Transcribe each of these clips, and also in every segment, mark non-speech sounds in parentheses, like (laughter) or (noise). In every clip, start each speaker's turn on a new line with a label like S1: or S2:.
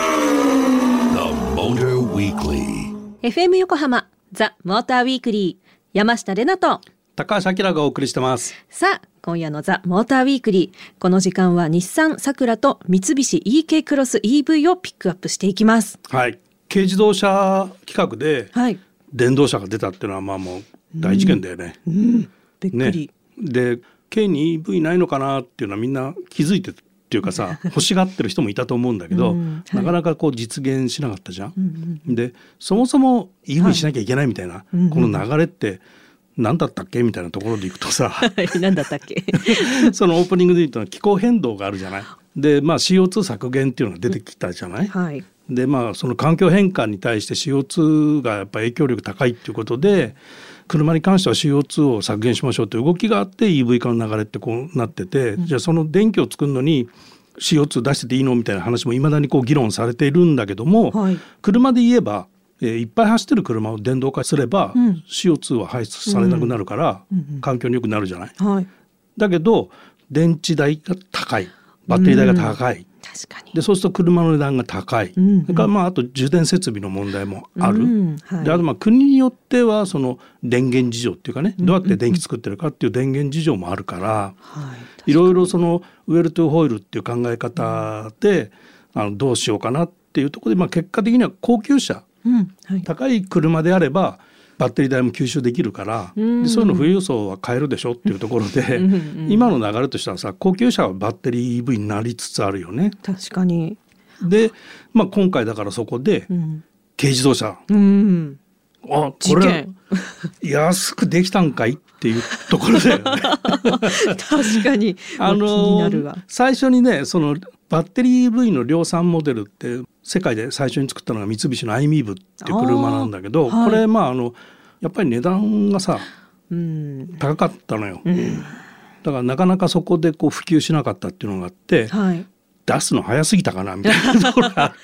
S1: The Motor Weekly.
S2: FM 横浜ザ・モーターウィークリー山下れなと
S3: 高橋明がお送りしてます。
S2: さあ今夜のザ・モーターウィークリーこの時間は日産サクラと三菱 EK クロス EV をピックアップしていきます
S3: はい。軽自動車企画で
S2: はい
S3: 電動車が出たっていうのはまあもう大事件だよね。
S2: びっく
S3: ね
S2: り、。
S3: で、軽に EV ないのかなっていうのはみんな気づいてっていうかさ
S2: (laughs)
S3: 欲しがってる人もいたと思うんだけど、
S2: うんはい
S3: なかなかこう実現しなかったじゃん。
S2: うん
S3: でそもそも EV しなきゃいけないみたいな、
S2: うん
S3: この流れって何だったっけみたいなところでいくとさ (laughs)
S2: うん、 (laughs) 何だったっけ
S3: そのオープニングで言ったのは気候変動があるじゃない。で、まあ CO2 削減っていうのが出てきたじゃない。
S2: はい
S3: で、まあその環境変化に対して CO2 がやっぱ影響力高いっていうことで、車に関しては CO2 を削減しましょうという動きがあって EV 化の流れってこうなってて、じゃあその電気を作るのに CO2 出してていいのみたいな話もいまだにこう議論されているんだけども、
S2: はい
S3: 車で言えば、えーいっぱい走ってる車を電動化すれば、
S2: うん
S3: CO2 は排出されなくなるから、
S2: うんうん
S3: 環境に良くなるじゃない。
S2: はい
S3: だけど電池代が高いバッテリー代が高い、
S2: 確かに
S3: でそうすると車の値段が高い、
S2: うんうん
S3: それからまああと充電設備の問題もある、
S2: うんはい
S3: であとまあ国によってはその電源事情っていうかねどうやって電気作ってるかっていう電源事情もあるから、
S2: はい
S3: いろいろそのウェルトゥーホイールっていう考え方で、あのどうしようかなっていうところで、まあ、結果的には高級車
S2: うんはい
S3: 高い車であればバッテリー代も吸収できるから、
S2: うん
S3: でそういうの富裕層は買えるでしょっていうところで、
S2: うんうん
S3: 今の流れとしてはさ高級車はバッテリー EV になりつつあるよね。
S2: 確かに
S3: で、まあ、今回だからそこで
S2: うん
S3: 軽自動車、
S2: うん
S3: あ
S2: 事
S3: これ
S2: 件
S3: 安くできたんかいっていうところだよ
S2: (laughs)
S3: ね。
S2: 確かに
S3: あ
S2: 気になるわ
S3: の最初にねそのバッテリー EV の量産モデルって世界で最初に作ったのが三菱の iMEV っていう車なんだけど、
S2: あーはい
S3: これまああのやっぱり値段がさ
S2: うん
S3: 高かったのよ、だからなかなかそこでこう普及しなかったっていうのがあって
S2: (laughs) はい
S3: 出すの早すぎたかなみたいなところが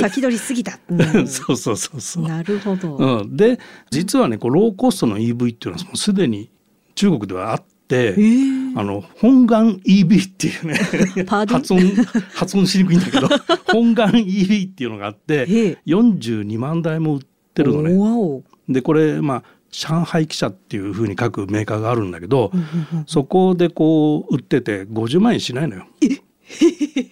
S2: 先取りすぎた、 (laughs) う
S3: ある
S2: ん
S3: (laughs) そうそうそうそう。
S2: なるほど、
S3: うん、で実はねこうローコストの EV っていうのはもうすでに中国ではあって。あの本願 EV っていうね
S2: (laughs) パーディン
S3: 発音発音しにくいんだ
S2: (laughs)
S3: けど本願 EV っていうのがあって
S2: ええ
S3: 42万台も売ってるのね。
S2: わお
S3: でこれまあ上海汽車っていうふうに書くメーカーがあるんだけど、
S2: うんうんうん
S3: そこでこう売ってて50万円しないのよ。 (laughs)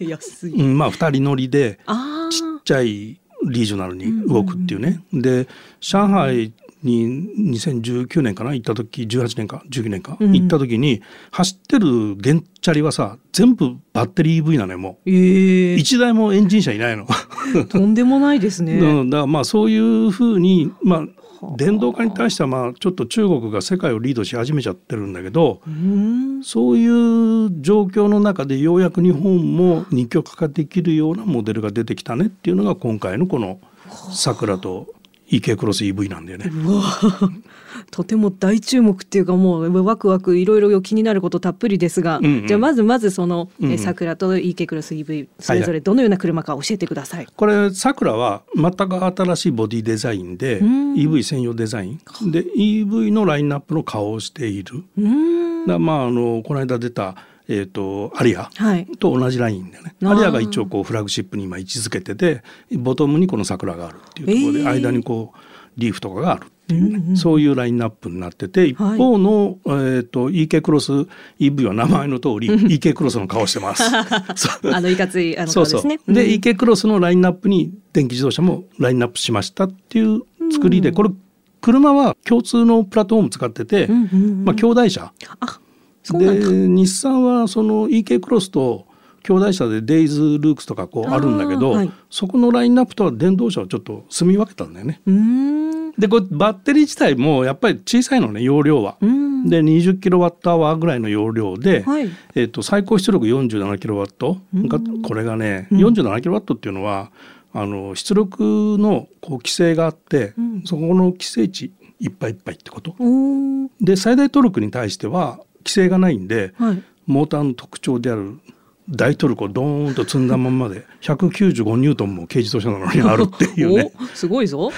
S2: 安い
S3: うんまあ2人乗りで
S2: あ
S3: ち
S2: ー
S3: っちゃいリージョナルに動くっていうね。で上海に2019年かな行った時18年か19年か、
S2: うん
S3: 行った時に走ってる原チャリはさ全部バッテリー EV なのよもう
S2: ええ
S3: 一台もエンジン車いないの、
S2: とんでもないですね、
S3: うん (laughs) だからまあそういうふうに、まあ、電動化に対してはまあちょっと中国が世界をリードし始めちゃってるんだけど
S2: うん
S3: そういう状況の中でようやく日本も二極化できるようなモデルが出てきたねっていうのが今回のこの「さくら」と「池クロス EV」なんだよね。
S2: うわとても大注目っていうかもうワクワクいろいろ気になることたっぷりですが、
S3: うんうん
S2: じゃあまずまずその、
S3: うんうん
S2: え桜と EK クロス EV それぞれどのような車か教えてください、
S3: これさくらは全く新しいボディデザインで
S2: うん
S3: EV 専用デザインで EV のラインナップの顔をしている。
S2: うん
S3: だまああのこの間出た、えー、とアリア
S2: はい
S3: と同じラインだよね
S2: あー
S3: アリアが一応こうフラグシップに今位置づけててボトムにこの桜があるっていうところで、
S2: えー
S3: 間にこうリーフとかがあるっていうね、
S2: うんうん
S3: そういうラインナップになってて一方の、えー、と EK クロス EV は名前の通り EK クロスの顔し
S2: (laughs)
S3: てます。そう
S2: あのいかついあの顔
S3: そう
S2: で
S3: そう
S2: すね
S3: で、
S2: うん
S3: EK クロスのラインナップに電気自動車もラインナップしましたっていう作りで、これ車は共通のプラットフォーム使ってて、
S2: うんうんうん
S3: まあ、兄弟車
S2: あそうなん
S3: で
S2: だ
S3: 日産はその EK クロスと兄弟車でデイズ・ルークスとかこうあるんだけど、
S2: あーはい
S3: そこのラインナップとは電動車をちょっと住み分けたんだよね。
S2: うん
S3: でこれバッテリー自体もやっぱり小さいのね容量は。
S2: うん
S3: で 20kWh ぐらいの容量で、
S2: はい
S3: えっと最高出力 47kW が、これがね、47kW っていうのはあの出力のこう規制があって、
S2: うん
S3: そこの規制値いっぱいいっぱいってこと。
S2: おー
S3: で最大トルクに対しては規制がないんで、
S2: はい
S3: モーターの特徴である大トルコドーンと積んだまんまで195ニュートンも軽自動車なのにあるっていう (laughs) ね
S2: おすごいぞ。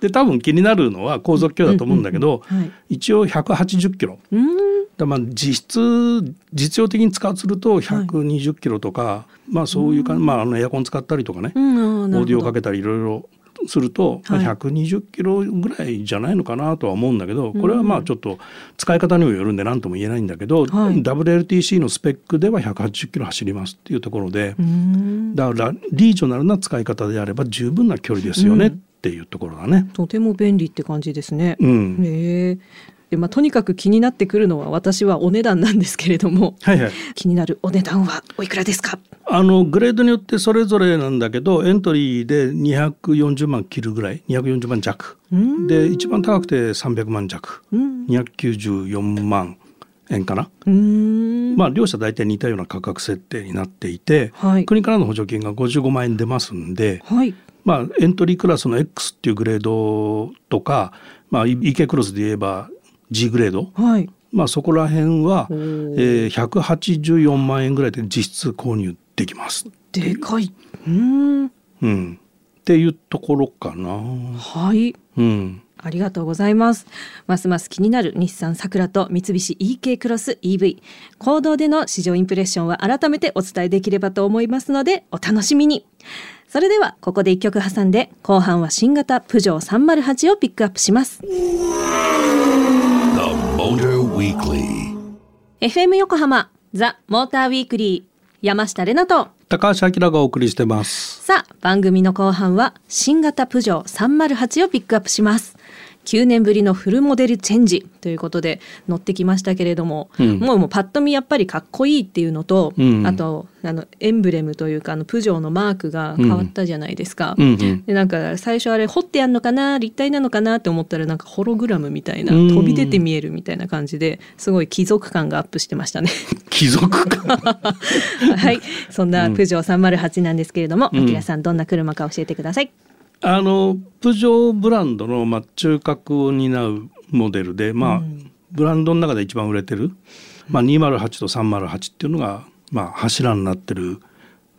S3: で多分気になるのは航続距離だと思うんだけど、
S2: うんうんうんはい
S3: 一応180キロ
S2: うん。
S3: だまあ実質実用的に使うとすると120キロとか、まあそういうか、まあ、あのエアコン使ったりとかね、
S2: うん。
S3: オーディオか
S2: け。
S3: けたりいろいろすると、まあ
S2: はい
S3: 120キロぐらいじゃないのかなとは思うんだけどこれはまあちょっと使い方にもよるんで何とも言えないんだけど、
S2: はい
S3: WLTC のスペックでは180キロ走りますっていうところで
S2: う、ん。
S3: だからリージョナルな使い方であれば十分な距離ですよねっていうところだね。
S2: とても便利って感じですね。
S3: うん
S2: へえ。でまあ、とにかく気になってくるのは私はお値段なんですけれども
S3: はいはい
S2: 気になるお値段はおいくらですか
S3: あのグレードによってそれぞれなんだけどエントリーで240万切るぐらい240万弱
S2: うん
S3: で一番高くて300万弱
S2: うん
S3: 294万円かな、
S2: うーん
S3: まあ両者大体似たような価格設定になっていて、
S2: はい
S3: 国からの補助金が55万円出ますんで、
S2: はい
S3: まあ、エントリークラスの X っていうグレードとか、まあ、EK クロスで言えば G グレード、
S2: はい
S3: まあ、そこら辺は、
S2: おー
S3: えー、184万円ぐらいで実質購入できます。
S2: でかいうん
S3: うん、っていうところかな。
S2: はい
S3: うん、
S2: ありがとうございます。ますます気になる日産サクラと三菱 EK クロス EV。行動での市場インプレッションは改めてお伝えできればと思いますので、お楽しみに。それでは、ここで一曲挟んで、後半は新型プジョー308をピックアップします。
S1: The Motor Weekly.
S2: FM 横浜、ザ・モーターウィークリー、山下れなと、
S3: 高橋明がお送りしてます。
S2: さあ番組の後半は新型プジョー308をピックアップします9年ぶりのフルモデルチェンジということで乗ってきましたけれども、
S3: うん
S2: もうもうパッと見やっぱりかっこいいっていうのと、
S3: うん
S2: あとあのエンブレムというかあのプジョーのマークが変わったじゃないですか、
S3: うん
S2: (laughs)
S3: うん
S2: でなんか最初あれ掘ってやんのかな立体なのかなって思ったらなんかホログラムみたいな
S3: うん
S2: 飛び出て見えるみたいな感じですごい貴族感がアップしてましたね。
S3: 貴族
S2: (laughs)
S3: か。
S2: はい、そんなプジョー308なんですけれども、
S3: うん
S2: あきらさんどんな車か教えてください。
S3: あのプジョーブランドの、まあ、中核を担うモデルで、まあブランドの中で一番売れてる、まあ、208と308っていうのが、まあ、柱になってる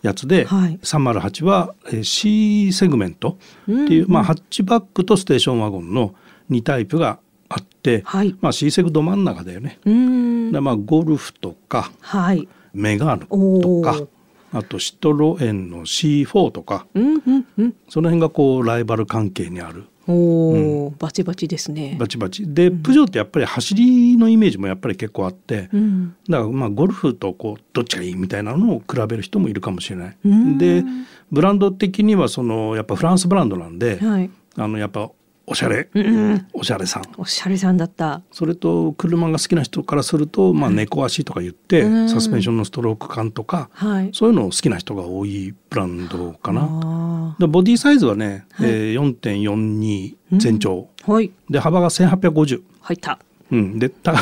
S3: やつで、
S2: はい
S3: 308はえー C セグメントっていう、まあ、ハッチバックとステーションワゴンの2タイプがあって、
S2: はい
S3: まあ、C セグど真ん中だよね。
S2: うーん。
S3: でまあ、ゴルフとか
S2: はい。
S3: メガール
S2: お
S3: とか
S2: ー
S3: あとシトロエンの C4 とか
S2: うんうんうん。
S3: その辺がこうライバル関係にある
S2: おお、バチバチですね。
S3: バチバチでプジョーってやっぱり走りのイメージもやっぱり結構あって、
S2: うん。
S3: だからまあゴルフとこうどっちがいいみたいなのを比べる人もいるかもしれない。
S2: うん
S3: でブランド的にはそのやっぱフランスブランドなんで、
S2: はい。
S3: あのやっぱおしゃれ、
S2: うん。
S3: おしゃれさん
S2: おしゃれさんだった。
S3: それと車が好きな人からすると、まあ、猫足とか言って、
S2: うん
S3: サスペンションのストローク感とか、
S2: はい。
S3: そういうのを好きな人が多いブランドかな。
S2: な。
S3: でボディサイズはね、
S2: はい
S3: えー4.42全長、
S2: はい。
S3: で幅が1850。
S2: 入った。
S3: うん、
S2: (laughs)
S3: でた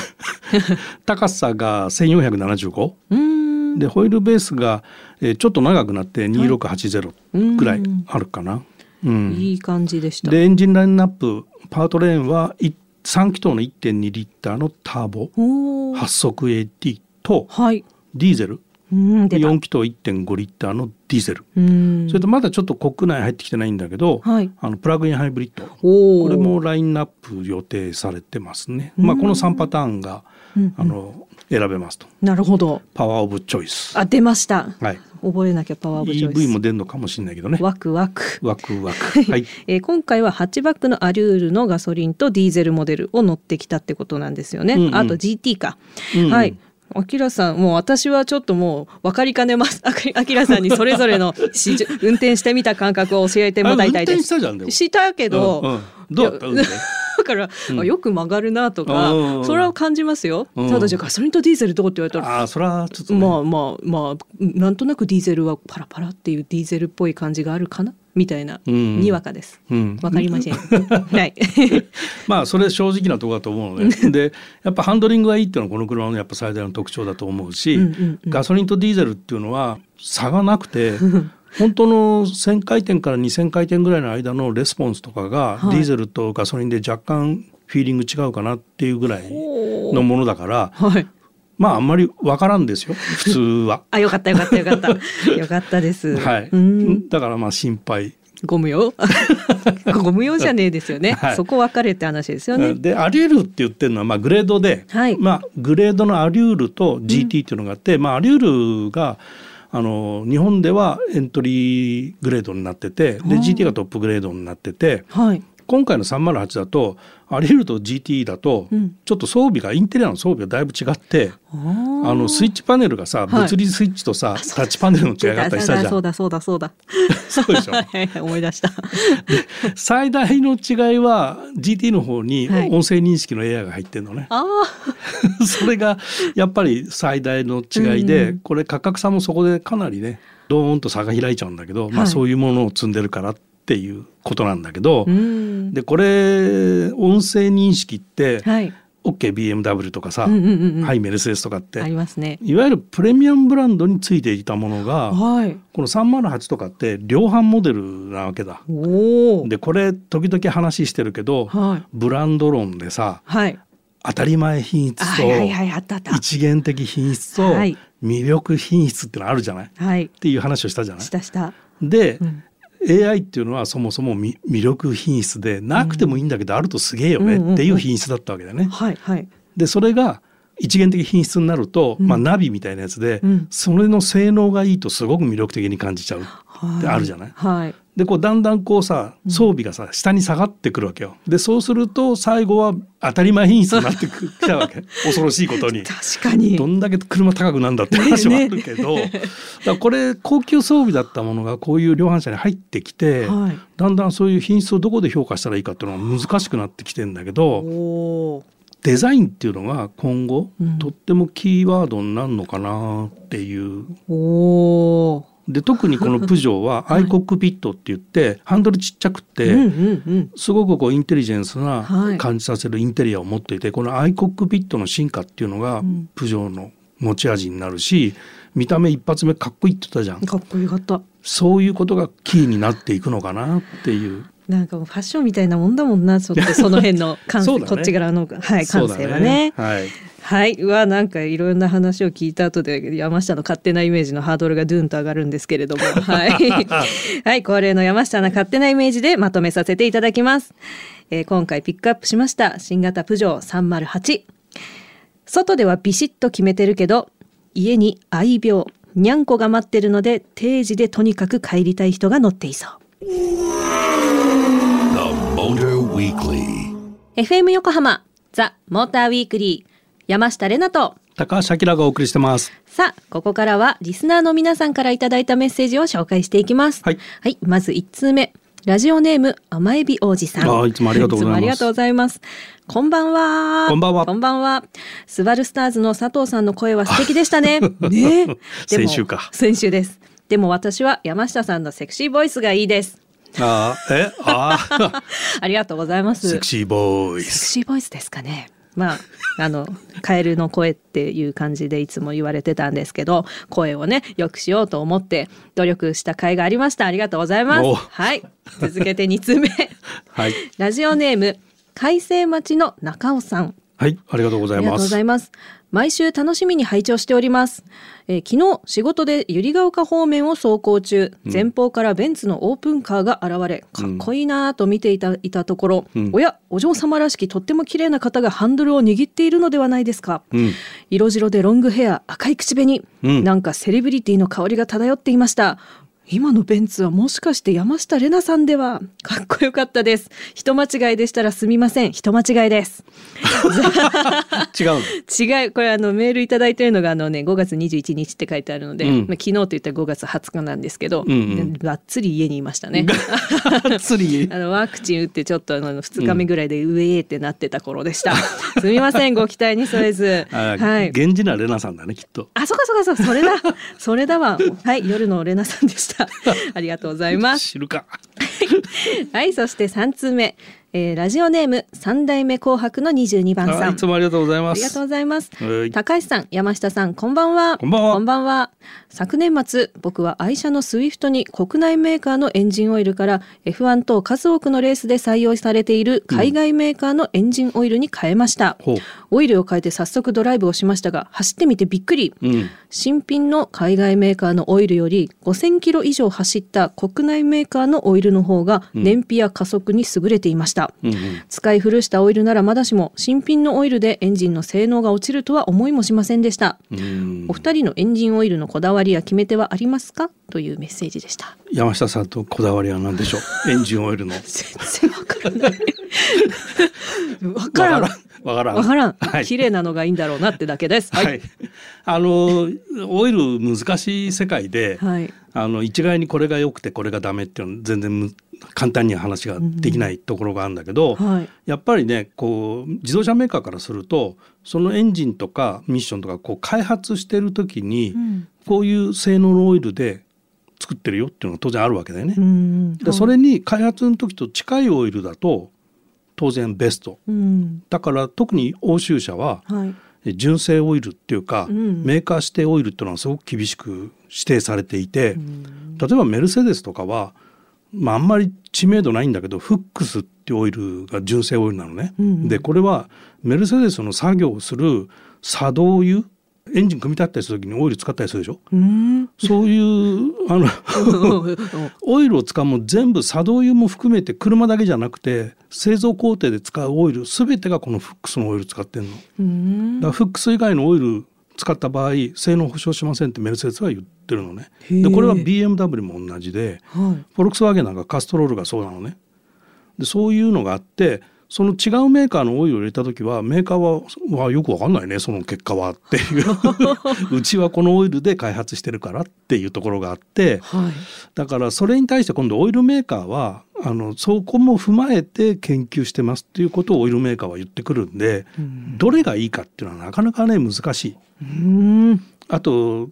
S3: 高さが1475
S2: うーん。
S3: でホイールベースが、えーちょっと長くなって2680ぐらい
S2: うん
S3: あるかな。うん、
S2: いい感じでした。
S3: でエンジンラインナップパートレーンはい3気筒の1.2リッターのターボ
S2: おお。
S3: 8速 AT と
S2: はい。
S3: ディーゼル
S2: うん。出た。
S3: 4気筒1.5リッターのディーゼル
S2: うん
S3: それ。とまだちょっと国内入ってきてないんだけど、
S2: はい
S3: あのプラグインハイブリッド
S2: おお。
S3: これ。もラインナップ予定されてますね。まあ、この3パターンが、あの選べますと。
S2: なるほど。
S3: パワーオブチョイス。
S2: あ、出ました。
S3: はい。
S2: 覚えなきゃパワーオブチョイス。
S3: EV も出るのかもしれないけどね。
S2: ワクワク。
S3: ワクワク。はい。
S2: (laughs) えー今回はハッチバックのアリュールのガソリンとディーゼルモデルを乗ってきたってことなんですよね。
S3: うんうん
S2: あと GT か。
S3: うんうん
S2: はい。アキラさんもう私はちょっともう分かりかねます。あ (laughs) きアキラさんにそれぞれの試
S3: (laughs)
S2: 乗運転してみた感覚を教えてもらいたいです。
S3: あ運転したじゃんでも
S2: したけど、
S3: うんうんどうだった
S2: い
S3: 運
S2: や
S3: 転
S2: (laughs) だから、あよく曲がるなとか、
S3: うんうんうん
S2: それは感じますよ。
S3: うん
S2: ただじゃあガソリンとディーゼルどうって言われたら
S3: ああ、それはちょっと、ね。
S2: まあまあまあなんとなくディーゼルはパラパラっていうディーゼルっぽい感じがあるかなみたいな、
S3: うん
S2: にわかです。
S3: うん
S2: わかりま
S3: (laughs)
S2: せん。はい。 (laughs)
S3: まあそれ正直なところだと思うのででやっぱハンドリングがいいっていうのはこの車のやっぱ最大の特徴だと思うし、
S2: うんうんうん
S3: ガソリンとディーゼルっていうのは差がなくて本当の1,000回転から2,000回転ぐらいの間のレスポンスとか
S2: は
S3: が、
S2: い
S3: ディーゼルとガソリンで若干フィーリング違うかなっていうぐらいのものだから、
S2: はい。。
S3: まああんまりわからんですよ普通は
S2: あよかったよかったよかった
S3: (laughs)
S2: よかったです。
S3: はい、
S2: うん
S3: だからまあ心配。
S2: ご無用 (laughs) ご無用じゃねえですよね。
S3: (laughs) はい
S2: そこ分かれって話ですよね。
S3: でアリュールって言ってるのはまあグレードで、
S2: はい
S3: まあ、グレードのアリュールと GT っていうのがあって、まあ、アリュールがあの日本ではエントリーグレードになっててで
S2: あー
S3: GT がトップグレードになってて
S2: はい。
S3: 今回の308だとアリュールと GT だと
S2: うん
S3: ちょっと装備がインテリアの装備がだいぶ違って。
S2: あ
S3: あのスイッチパネルがさ、
S2: はい
S3: 物理スイッチとさタッチパネルの違いがあったりしたじゃ。
S2: そうんだそうだそうだ
S3: (laughs) そうでしょ
S2: はいはい (laughs) 思い出
S3: (laughs)
S2: した。
S3: 最大の違いは GT の方に
S2: はい
S3: 音声認識の AI が入ってるのね、
S2: あ
S3: (laughs) それがやっぱり最大の違いで、
S2: うん
S3: これ価格差もそこでかなりねドーンと差が開いちゃうんだけど、ま
S2: は
S3: あ、
S2: い
S3: そういうものを積んでるからっていうことなんだけど、
S2: あ。うん。
S3: でこれ音声認識って、
S2: はい。
S3: OKBMW とかさ、
S2: うんうんうんうん。
S3: はいメルセデスとかっ
S2: あ
S3: て
S2: りますね。
S3: いわゆるプレミアムブランドについていたものが
S2: はい。
S3: この308とかって量販モデルなわけだ。
S2: おお。
S3: でこれ時々話してるけど、
S2: はい。
S3: ブランド論でさ
S2: はい。
S3: 当たり前品
S2: あ
S3: 質
S2: は
S3: と
S2: いはいはいあったあった。
S3: 一元的品質と
S2: はい
S3: 魅力品質ってのあるじゃないっ
S2: はい。
S3: ていう話をしたじゃない
S2: し。たした。
S3: で、
S2: うん
S3: AI っていうのはそもそもみ魅力品質でなくてもいいんだけどあるとすげえよ
S2: うんうんうん
S3: ねっていう品質だったわけだよね。
S2: はいはい。
S3: でそれが一元的品質になると、
S2: うん
S3: まあ、ナビみたいなやつで、
S2: うん
S3: それの性能がいいとすごく魅力的に感じちゃうってあるじゃない。
S2: はい。
S3: でこうだんだんこうさ装備がさ下に下がってくるわけよ。でそうすると最後は当たり前品質になってくきた
S2: (laughs)
S3: わけ恐ろしいことに。
S2: 確かに。
S3: どんだけ車高くなんだって話はあるけど、だからこれ高級装備だったものがこういう量販車に入ってきて、
S2: はい。
S3: だんだんそういう品質をどこで評価したらいいかっていうのが難しくなってきてんだけ
S2: お
S3: ど
S2: おー。
S3: デザインっていうのが今後、
S2: うん
S3: とってもキーワードになるのかなっていう
S2: おお。
S3: で特にこのプジョーはアイコックピットって言ってハンドルちっちゃくて、
S2: うんうんうん。
S3: すごくこうインテリジェンスな
S2: はい
S3: 感じさせるインテリアを持っていて、このアイコックピットの進化っていうのが
S2: ん
S3: プジョーの持ち味になるし、見た目一発目かっこいいって言ったじゃん
S2: かっこよかった。
S3: そういうことがキーになっていくのかなっていう
S2: なんかもうファッションみたいなもんだもんな、ちょっとその辺の感性、
S3: そうだね
S2: こっち側の、はい、
S3: そ
S2: 感
S3: うだ
S2: 性はね。
S3: はい、
S2: はい、うわ、なんかいろんな話を聞いた後で、山下の勝手なイメージのハードルがドゥンと上がるんですけれども。はい、はい、恒例の山下の勝手なイメージでまとめさせていただきます。えー今回ピックアップしました新型プジョー308。外ではビシッと決めてるけど、家に愛病、にゃんこが待ってるので、定時でとにかく帰りたい人が乗っていそう。
S1: The Motor Weekly.
S2: FM 横浜ザ・モーターウィークリー山下れなと
S3: 高橋明がお送りしてます
S2: さあここからはリスナーの皆さんからいただいたメッセージを紹介していきます
S3: はい、
S2: まず1通目ラジオネーム甘エビ王子さん
S3: あーいつもありがとうござい
S2: つ
S3: ます
S2: もありがとうございますこんばんは
S3: こんばんは
S2: こんばんはスバルスターズの佐藤さんの声は素敵でした
S3: (laughs)
S2: ねねえでも
S3: 先週か
S2: 先週ですでも私は山下さんのセクシーボイスがいいです
S3: あーえあ
S2: ありがとうございま (laughs)
S3: ー
S2: す
S3: セクシーボーイ
S2: セク
S3: ス
S2: シーボイスですかね。まあ、あの、カエルの声っていう感じでいつも言われてたんですけど、声をね、良くしようと思って努力した甲斐がありました。ありがとうございま
S3: お
S2: す。はい。続けて2通目。
S3: はい
S2: ラジオネーム、海星町の中尾さん。
S3: はいありがとうござ
S2: あ
S3: い
S2: りが
S3: ま
S2: とうご
S3: す
S2: ざいます。毎週楽しみに拝聴しております。えー昨日仕事で百合ヶ丘方面を走行中、前方からベンツのオープンカーが現れ、かっこいいなぁと見ていたいたところ、
S3: うん
S2: おやお嬢様らしきとっても綺麗な方がハンドルを握っているのではないですか。
S3: うん
S2: 色白でロングヘア、赤い口紅、
S3: うん
S2: なんかセレブリティの香りが漂っていました。今のベンツはもしかして山下玲奈さんではかっこよかったです。人間違いでしたらすみません。人間違いです。
S3: 違うの
S2: 違うこれあのメールいただいてるのがあのね5月21日って書いてあるので、
S3: うん
S2: まあ、昨日と言ったら5月20日なんですけど、
S3: んうん
S2: がっつり家にいましたね
S3: 釣り
S2: (laughs) あのワクチン打ってちょっとあの2日目ぐらいでうえーってなってた頃でした、
S3: (laughs)
S2: すみませんご期待に添えず
S3: あー、
S2: はい
S3: 源氏なレナさんだねきっと
S2: あそうかそうかそうそれ
S3: (laughs)
S2: だそれだわはい夜のレナさんでしたありがとうございます
S3: 知るか
S2: はいそして3通目、えーラジオネーム三代目紅白の22番さ
S3: あ
S2: ん
S3: いつもありがとうござい
S2: あ
S3: ま
S2: りがとう
S3: す
S2: ございます
S3: はい
S2: 高橋さん山下さんこんばんは
S3: こんばんは
S2: 昨年末僕は愛車のスイフトに国内メーカーのエンジンオイルから F1 等数多くのレースで採用されている海外メーカーのエンジンオイルに変えました、
S3: ほう
S2: オイルを変えて早速ドライブをしましたが走ってみてびっくり、
S3: うん
S2: 新品の海外メーカーのオイルより5000キロ以上走った国内メーカーのオイルの方が燃費や加速に優れていました、
S3: うんうん
S2: 使い古したオイルならまだしも新品のオイルでエンジンの性能が落ちるとは思いもしませんでした、
S3: うん
S2: お二人のエンジンオイルのこだわりや決め手はありますかというメッセージでした
S3: 山下さんとこだわりは何でしょうエンジンオイルの
S2: 全然わからないわからん
S3: わからん
S2: わからん、
S3: はい
S2: 綺麗なのがいいんだろうなってだけです
S3: は
S2: はい
S3: い、あのオイル難しい世界で、
S2: はい
S3: あの一概にこれが良くてこれがダメっていうのは全然む簡単には話ができないところがあるんだけど、
S2: はい
S3: やっぱりねこう自動車メーカーからするとそのエンジンとかミッションとかこう開発してる時に、
S2: ん
S3: こういう性能のオイルで作ってるよっていうのが当然あるわけだよね。
S2: うん
S3: でそれに開発の時と近いオイルだと当然ベスト
S2: うん
S3: だから特に欧州車は
S2: はい
S3: 純正オイルっていうか、
S2: うん
S3: メーカー指定オイルっていうのはすごく厳しく指定されていて、
S2: ん
S3: 例えばメルセデスとかは、まあ、あんまり知名度ないんだけどフックスっていうオイルが純正オイルなのね。
S2: うん
S3: でこれはメルセデスの作業をする作動油エンジン組み立てたりする時にオイル使ったりするでしょ
S2: うん
S3: そう
S2: (laughs)
S3: いうあのオイルを使うもん全部作動油も含めて車だけじゃなくて製造工程で使うオイル全てがこのフックスのオイル使ってんの。
S2: うん
S3: だからフックス以外のオイル使った場合性能保証しませんってメルセデスは言ってるのね。
S2: へえ
S3: でこれは BMW も同じで
S2: はい
S3: フォルクスワーゲンなんかカストロールがそうなのね。でそういうのがあってその違うメーカーのオイルを入れた時はメーカーは「うわよくわかんないねその結果は」っていう
S2: (laughs)
S3: うちはこのオイルで開発してるからっていうところがあって
S2: はい
S3: だからそれに対して今度オイルメーカーはあのそこも踏まえて研究してますっていうことをオイルメーカーは言ってくるんで、どれがいいかっていうのはなかなかね難しい。
S2: うん
S3: あと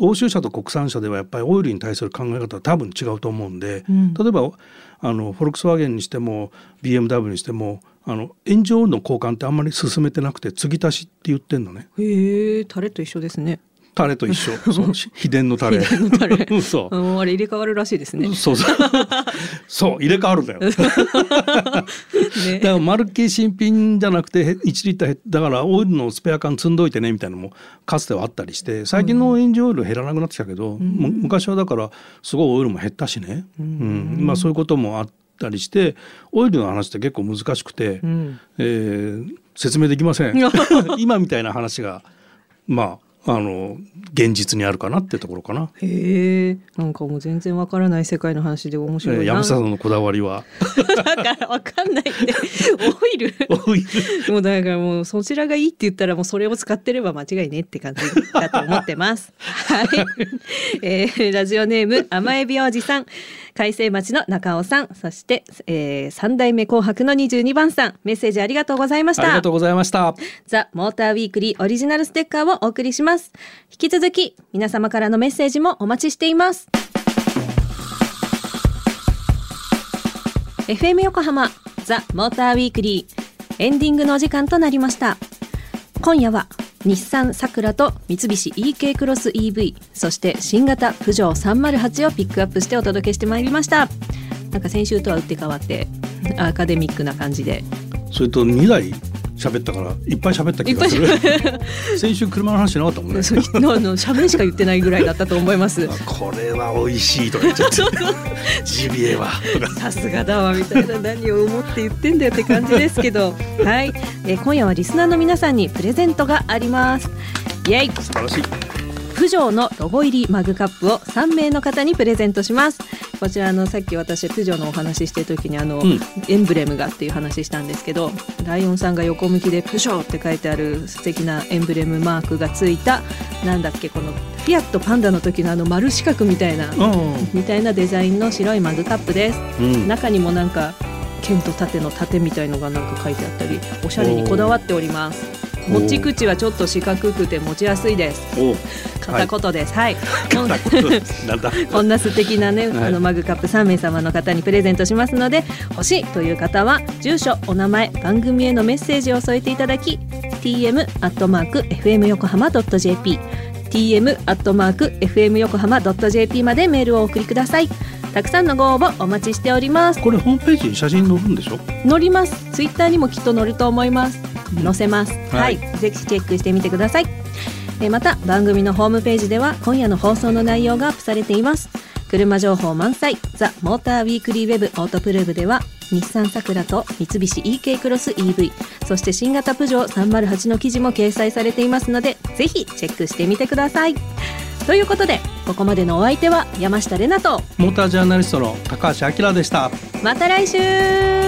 S3: 欧州車と国産車ではやっぱりオイルに対する考え方は多分違うと思うんで、
S2: うん
S3: 例えばあのフォルクスワーゲンにしても BMW にしてもあのエンジンオイルの交換ってあんまり進めてなくて継ぎ足しって言ってんのね
S2: へえタレと一緒ですね
S3: タレと
S2: (laughs)
S3: 一緒そう秘伝のタレ
S2: 秘伝のタ
S3: (laughs)
S2: レ
S3: そう
S2: う、んあれ入れ替わるらしいですね
S3: そうそうそう入れ替わるんだよ
S2: (laughs) ね
S3: だからまるっきり新品じゃなくてへ1リッター減っだからオイルのスペア缶積んどいてねみたいなのもかつてはあったりして最近のエンジンオイル減らなくなってきたけど、む昔はだからすごいオイルも減ったしね、うんまあ、そういうこともあったりしてオイルの話って結構難しくて、
S2: うん
S3: えー説明でき
S2: (laughs)
S3: ません今みたいな話がまああの現実にあるかなってところかな。
S2: へえなんかもう全然わからない世界の話で面
S3: え
S2: 白いな、
S3: ー山下さんのこだわりは
S2: (laughs) だからわかんないってオイル
S3: オイル
S2: もうだからもうそちらがいいって言ったらもうそれを使ってれば間違いねって感じだと思って
S3: (laughs)
S2: ます。はい、えーラジオネーム甘えびおじさん、海星町の中尾さん、そして、えー、三代目紅白の22番さん、メッセージありがとうございまし
S3: あり
S2: た
S3: がとう。ございました。
S2: ザ・モーターウィークリーオリジナルステッカーをお送りします。引き続き皆様からのメッセージもお待ちしています。FM 横浜ザ・モーターウィークリーエンディングのお時間となりました。今夜は日産サクラと三菱 EK クロス EV そして新型プジョー308をピックアップしてお届けしてまいりました。なんか先週とは打って変わってアカデミックな感じで
S3: それと2台喋ったからいっぱい喋った気がす
S2: い
S3: る (laughs) 先週車の話しなかったもんね
S2: そう (laughs) のの喋りしか言ってないぐらいだったと思います。
S3: あこれは美味しいとか言っちゃって (laughs) ジビエはとか
S2: (laughs) さすがだわみたいな何を思って言ってんだよって感じですけど、
S3: (laughs)
S2: はい、えー今夜はリスナーの皆さんにプレゼントがあります。イエイ
S3: 素晴らしい
S2: プジョーのロゴ入りマグカップを3名の方にプレゼントしますこちらあのさっき私プジョーのお話ししてる時にあの、
S3: うん
S2: エンブレムがっていう話したんですけどライオンさんが横向きでプジョーって書いてある素敵なエンブレムマークがついたなんだっけこのフィアットパンダの時のあの丸四角みたいな、みたいなデザインの白いマグカップです
S3: うん、
S2: 中にもなんか剣と盾の盾みたいのがなんか書いてあったりおしゃれにこだわっております持ち口はちょっと四角くて持ちやすいです
S3: おお
S2: 片言ですはい、こん
S3: (laughs) 片言ですなんだ
S2: (laughs) こんな素敵なね、
S3: はい
S2: あのマグカップ3名様の方にプレゼントしますので欲しいという方は住所お名前番組へのメッセージを添えていただき tm アットマーク fm 横浜 .jp tm アットマーク fm 横浜 .jp までメールをお送りくださいたくさんのご応募お待ちしております
S3: これホームページに写真載るんでしょ
S2: 載りますツイッターにもきっと載ると思います載せます、は、
S3: はいい
S2: ぜひチェックしてみてくださいえーまた番組のホームページでは今夜の放送の内容がアップされています車情報満載ザ・モーターウィークリーウェブオートプルーブでは日産サクラと三菱 EK クロス EV そして新型プジョー308の記事も掲載されていますのでぜひチェックしてみてくださいということでここまでのお相手は山下れなと
S3: モータージャーナリストの高橋明でした
S2: また来週